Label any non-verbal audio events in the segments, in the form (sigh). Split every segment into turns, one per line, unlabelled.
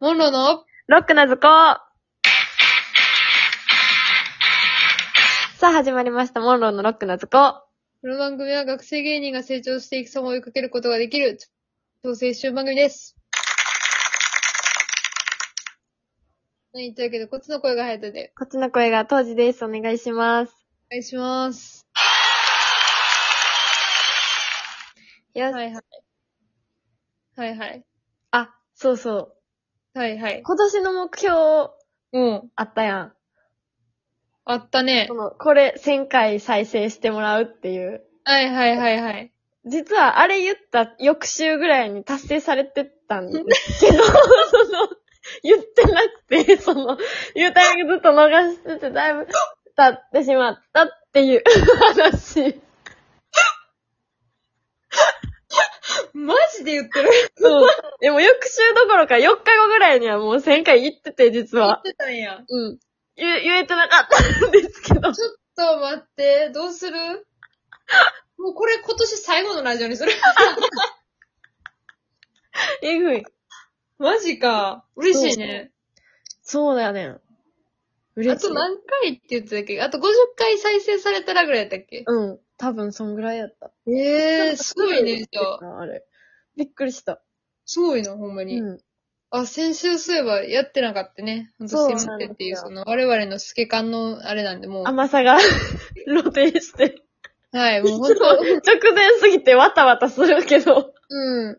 モンローの
ロックな図
(laughs)
工さあ始まりました、モンローのロックな図工。
この番組は学生芸人が成長していく様を追いかけることができる、調整集番組です。はい、というわけで、こっちの声が早田で、
こっちの声が当時です。お願いします。
お願いします。
よ
は
し。
いはい。はいはい。
あ、そうそ。。
はいはいう
今年の目標
うん。
あったやん。
あったね
こ。の、これ1000回再生してもらうっていう。
はいはいはいはい。
実はあれ言った翌週ぐらいに達成されてたんですけ
(laughs)
ど、その、言ってなくて、その、言うタイミングずっと逃してて、だいぶ経ってしまったっていう話。
マジで言ってる
そう。でも翌週どころか4日後ぐらいにはもう1000回行ってて、実
言っ
は。
てたんや。
うん。言、言えてなかったんですけど。
ちょっと待って、どうするもうこれ今年最後のラジオにする
えぐい。
マジか。嬉しいね。
そうだよねん。
あ
嬉しい。
と何回って言ってたっけあと50回再生されたらぐらいやったっけ
うん。多分そんぐらいやった。
ええー、すごいね、じゃあ。
あれ。びっくりした。
すごいな、ほんま
う
に。
ん。
あ、先週そういえばやってなかったね。ほんと
そう
すいませんっていう、
な
そ
ん
の、我々の透け感のあれなんで、もう。
甘さが (laughs) 露呈して。
はい、もうほん
直
と、
前すぎてわたわたするけど、
うん。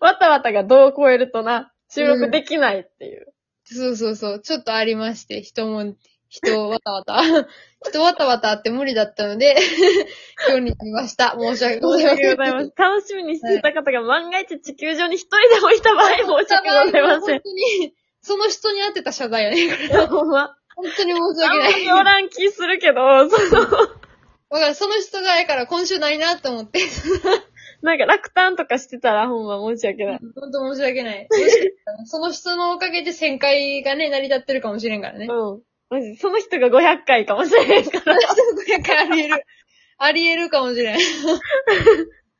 わたわたが度を超えるとな、収録できないっていう。
そうそうそう。ちょっとありまして、人も、人わたわた。 (laughs) 人わたわたあって無理だったので、 (laughs) 今日に来ました。申し訳ございま
ありがと
せ。
うんござ
(laughs)
います。楽しみにしていた方が万が一地球上に一人でもいた場合申し訳ござい
(laughs)
ませ
本当に、その人に当てた謝罪やね。これ
ん。ほんま。
本当に申し
あ
訳
んま
な
り
い。
おらん気するけど、その、
だからその人が、やから今週ないなと思って。
なんか落胆とかしてたらほんま申し訳ない。
本当申し訳ない。 (laughs) もしかしたらその人のおかげで旋回がね、成り立ってるかもしれんからね。
うん。マジ、その人が500回かもしれへんから。
500回あり得る。あり得るかもし (laughs) れん。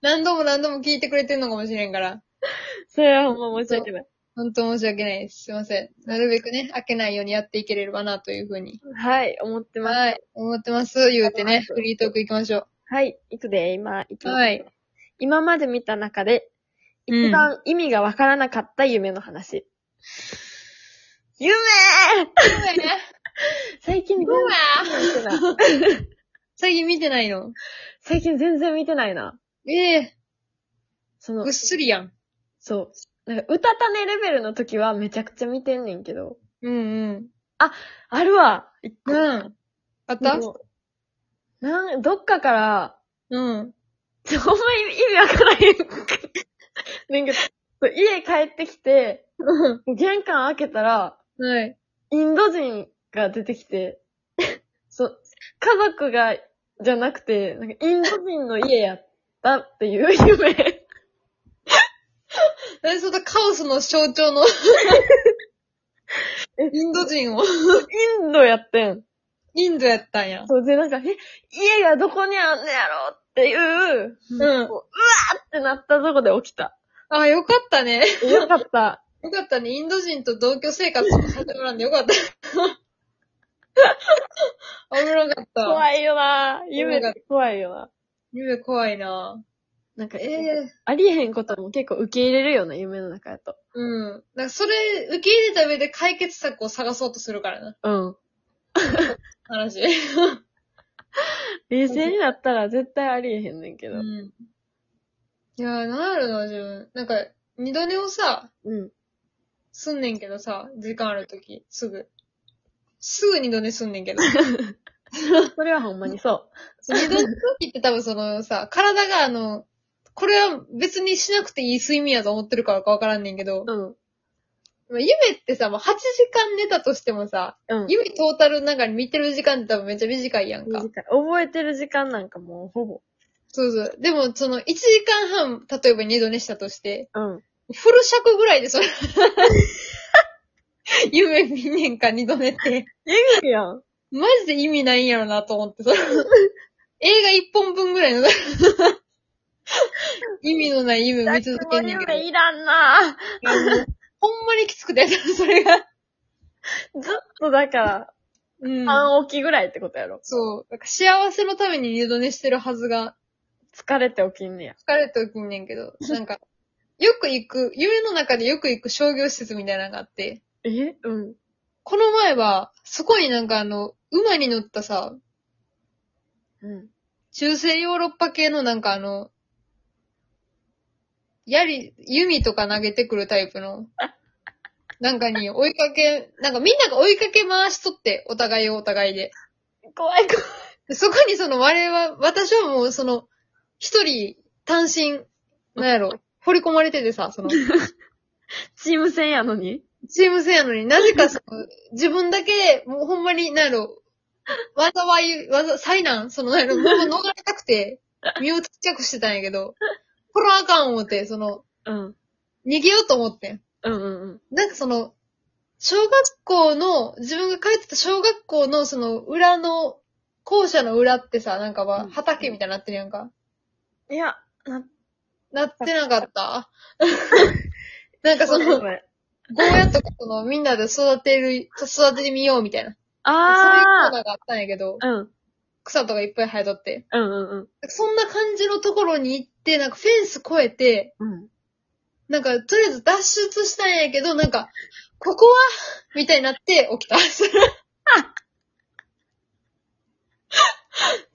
何度も何度も聞いてくれてんのかもしれんから。
それはほんま申し訳ない。
本当申し訳ないです。すいません。なるべくね、開けないようにやっていければなというふうに。
はい、思ってます。
はい。思ってます。言うてね、フリートーク行きましょ
はい、いくで、今、いき
う。
ます。
はい。
今まで見た中で、
うん
一番意味がわからなかった夢の話。夢最近全然見てない。
(laughs) 最近見てないの
最近全然見てないな。
ええ
その
ぐっ、すりやん。
そう。なんか、うたたねレベルの時はめちゃくちゃ見てんねんけど。
うんうん。
あるわ一個
うん。あった
なん、どっかから、
うん。
ほんま意味意味わからへん。ねんけど、そう家帰ってきて、
う
玄関開けたら、
ん。はい。
インド人が出てきて、 (laughs) そう、家族が、じゃなくて、なんかインド人の家やったっていう夢。
何そのカオスの象徴の
え
インド人を、
インドやってん。
インドやったんや。
そうで、なんか、え、家がどこにあんのやろっていう、
うん。
ってなったとこで起きた。
あ、よかったね。
よかった。
よかったね。インド人と同居生活をさせてもらうんでよかった。 (laughs) 危なかった。い。
怖いよな夢って怖いよな。
夢怖いな。
なんか、
え
え
え
ありえへんことも結構受け入れるような夢の中やと。
うん。なんかそれ、受け入れた上で解決策を探そうとするからな。
うん。
話。
冷静になったら絶対ありえへんねんけど。
うん。いやー、なんやろな、自分。なんか、二度寝をさ、
うん。
すんねんけどさ、時間あるとき、すぐ。すぐ二度寝すんねん
(laughs)
けど。
それはほんまにそ
二度寝の時って多分そのさ、体があの、これは別にしなくていい睡眠やと思ってるからかわからんねんけど
う。、うん。
まあ夢ってさ、もう8時間寝たとしてもさ、
うん。
夢トータルの中に見てる時間って多分めっちゃ短いやんか
短。い。覚えてる時間なんかもうほぼ。
そうそう。でもその1時間半、例えば二度寝したとして、
うん。
フル尺ぐらいでそ
(laughs)
れ、夢見んねんか二度寝って。
いやん。
マジで意味ないんやろなと思って、その映画一本分ぐらいの、 (laughs) 意味のない夢見続けんねんけど。
いらんな
ほんままにきつくて、 (laughs) それが。
ずっとだから、
うん。
半起きぐらいってことやろ。
そう。なんか幸せのために二度寝してるはずが、
疲れて起きんねや。
疲れて起きんねんけ (laughs) ど、なんか、よく行く、夢の中でよく行く商業施設みたいなのがあって、
えうん。
この前は、そこになんかあの、馬に乗ったさ、
うん。
中世ヨーロッパ系のなんかあの、槍、弓とか投げてくるタイプの、なんかに追いかけ、なんかみんなが追いかけ回しとって、お互いをお互いで。
怖い怖い。
でそこにその我々は、私はもうその、一人単身、なんやろ、掘り込まれててさ、その、
チーム戦やのに
チーム戦やのになぜかその、自分だけ、もうほんまに、なんやろ、災い、わざ、災難その、なんやろ、もう逃れたくて、身をちっちゃくしてたんやけど、これはあかん思って、その、
うん。
逃げようと思ってん。
うんうんうん。
なんかその、小学校の、自分が帰ってた小学校のその裏の、校舎の裏ってさ、なんか
う
は
ん
畑みたいになってるやんか。
いや、な、
なってなかった
(laughs)
なんかその、ゴーヤとかその、みんなで育てる、育ててみようみたいな。そういうコー
あ
ナーがあったんやけど、
ーうん。
草とかいっぱい生えとって。
うんうん
そんな感じのところに行って、なんかフェンス越えて、
うん。うん。
なんかとりあえず脱出したんやけど、なんか、ここはみたいになって起きた。 (laughs)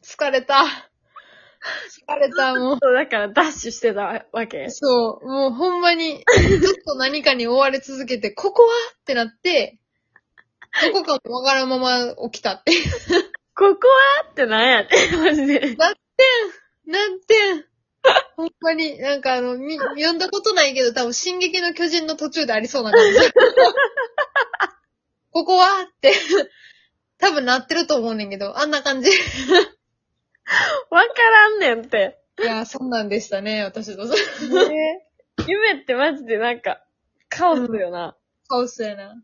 疲れた。疲れた、もう。
そう、だからダッシュしてたわけ。
そう、もうほんまに、ずっと何かに追われ続けて、ここはってなって、どこかもわからんまま起きたって。
ここはってなんやって、マジで。
なんて、ほんまに、なんかあの、み、読んだことないけど、多分、進撃の巨人の途中でありそうな感じ。 (laughs) ここはって、多分なってると思うねんけど、あんな感じ。い
わからんねんって。
や、そんなんでしたね、私と。
夢ってマジでなんか、カオスよな。
カオスやな。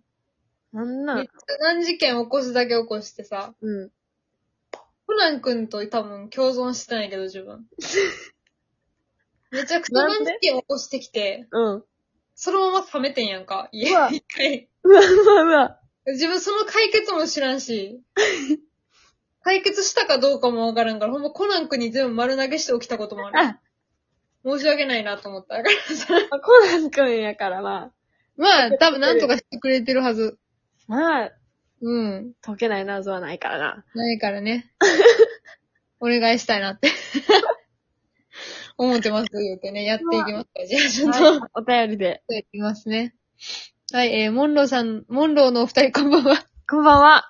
なん
めっちゃ何事件起こすだけ起こしてさ、
うん。
コナン君と多分共存してないけど、自分。めちゃくちゃ
なん
何
で
事件起こしてきて、
うん。
そのまま冷めてんやんか、家
うわ
一回。
うわうわうわ。
自分その解決も知らんし、 (laughs) 解決したかどうかもわからんから、ほんまコナン君に全部丸投げして起きたこともある。
あ、
申し訳ないなと思 (laughs) った。だからさ
コナン君やからな。
まあ、多分なんとかしてくれてるはず。
まあ、
うん。
解けない謎はないからな。
ないからね。 (laughs) お願いしたいなって。 (laughs) 思ってます、言うてね。やっていきますから。じゃあ、ちょっと、やっ
お便りで。
ていきますね。はい、えー、モンローさん、モンローのお二人こんばんは。
こんばんは。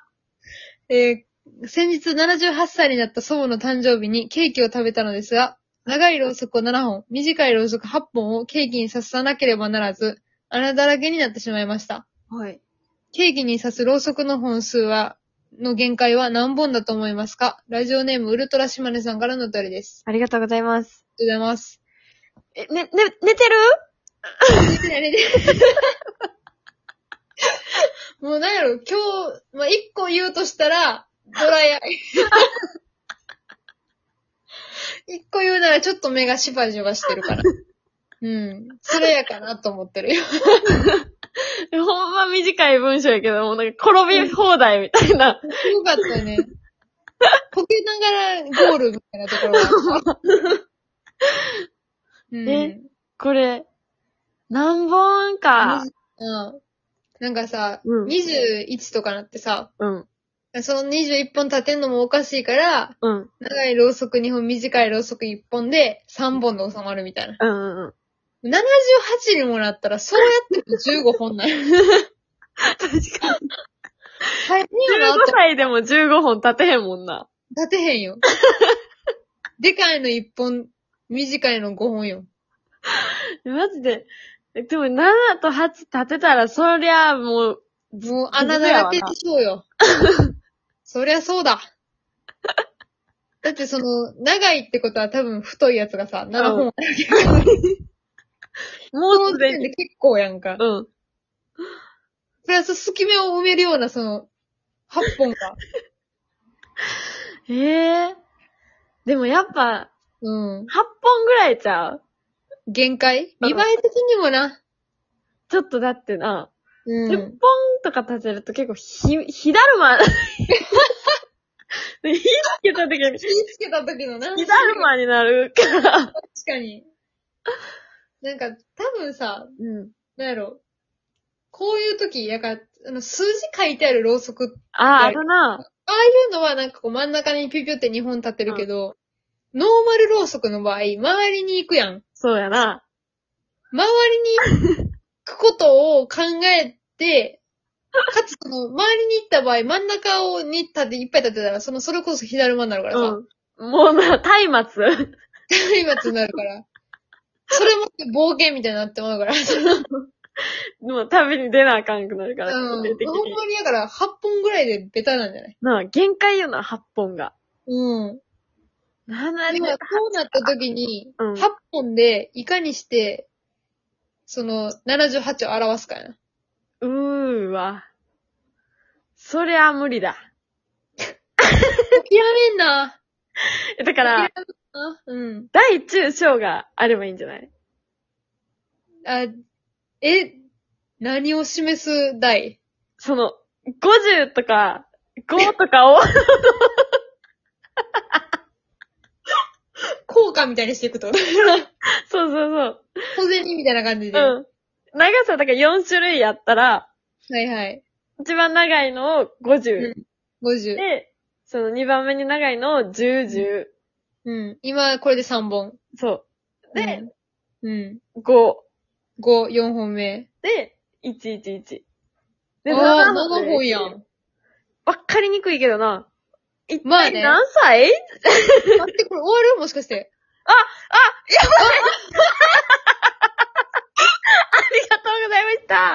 えー先日78歳になった祖母の誕生日にケーキを食べたのですが、長いろうそくを7本、短いろうそく8本をケーキに刺さなければならず、穴だらけになってしまいました。
はい。
ケーキに刺すろうそくの本数は、の限界は何本だと思いますかラジオネームウルトラシマネさんからのお便りです。
ありがとうございます。
ありがとうございます。
え、ね、ね、寝てる
(laughs) もうなんやろ、今日、まあ、一個言うとしたら、ドライアイ。 (laughs) 一個言うならちょっと目がしばしばしてるから。うん。それやかなと思ってるよ。 (laughs)
えほんま短い文章やけど、もうなんか転び放題みたいな。
よかったよね。こけながらゴールみたいなところがあった。うん。
(laughs) ねこれ、何本か。
うん。なんかさ、
うん
21とかなってさ、
うん。
その21本立てんのもおかしいから、
うん。
長いろうそく2本、短いろうそく1本で3本で収まるみたいな。
うんうんうん。
78にもなったら、そうやっても15本なんや。
確かに。
(laughs) 大変よ
15
なって。
歳でも15本立てへんもんな。
立てへんよ。でかいの1本、短いの5本よ。
マジで。えでも7と8立てたら、そりゃもう、
もう穴だらけでしょうよ。そりゃそうだ。だってその、長いってことは多分太いやつがさ、7本あるけど、
も
そうの
す
時
で
点
に。
で結構やんか。
うん。
プラス隙間を埋めるようなその、8本が。
ええでもやっぱ、
うん。
8本ぐらいちゃう
限界
うん
見栄え的にもな。
ちょっとだってな、
う
10本
ん。
とか立てると結構ひ、ひだるま、 (laughs) 火つけた時に、
火つけた時のな。
ひだるまになるから。
確かに。なんか、多分さ、
うん。
なんやろ。こういう時、やから、あの、数字書いてあるろうそく、
ああ、あるな。
ああいうのはなんかこう真ん中にピュピュって2本立ってるけど、ノーマルろうそくの場合、周りに行くやん。
そうやな。
周りに行くことを考えて、 (laughs) かつその、周りに行った場合、真ん中をに立っていっぱい立てたら、その、それこそ火だるまになるからさ。 (laughs)
うん。もうな、松明。
松明になるから。それも冒険みたいになってまうから。
もう旅に出なあかんくなるから、
(laughs) うん。ほん
出てきて。
まにだから、8本ぐらいでベタなんじゃない
なあ、限界よな、8本が。
うん。
なん
でも、こうなった時に、
うん
8本で、いかにして、その、78を表すかやな。
うーわ。そりゃ無理だ。
諦めんな。
えだから、
あうん。
大中小があればいいんじゃない
あ、え、何を示す台
その、50とか、5とかを、 (laughs)
効果みたいにしていくってこと
そうそう
(laughs) 小銭みたいな感じで。
そう。うん。長さだから4種類やったら、
はいはい。
一番長いのを50。
50。
で、その2番目に長いのを10、10。
うん。今、これで3本。
そう。で、
うん、うん。
5。
5、4本目。
で、111。
あ
で、
あー、
7
7本やん。
わかりにくいけどな。一
まあ
体
ね
何歳、
待って、これ終わるもしかして。
ありがとうございました。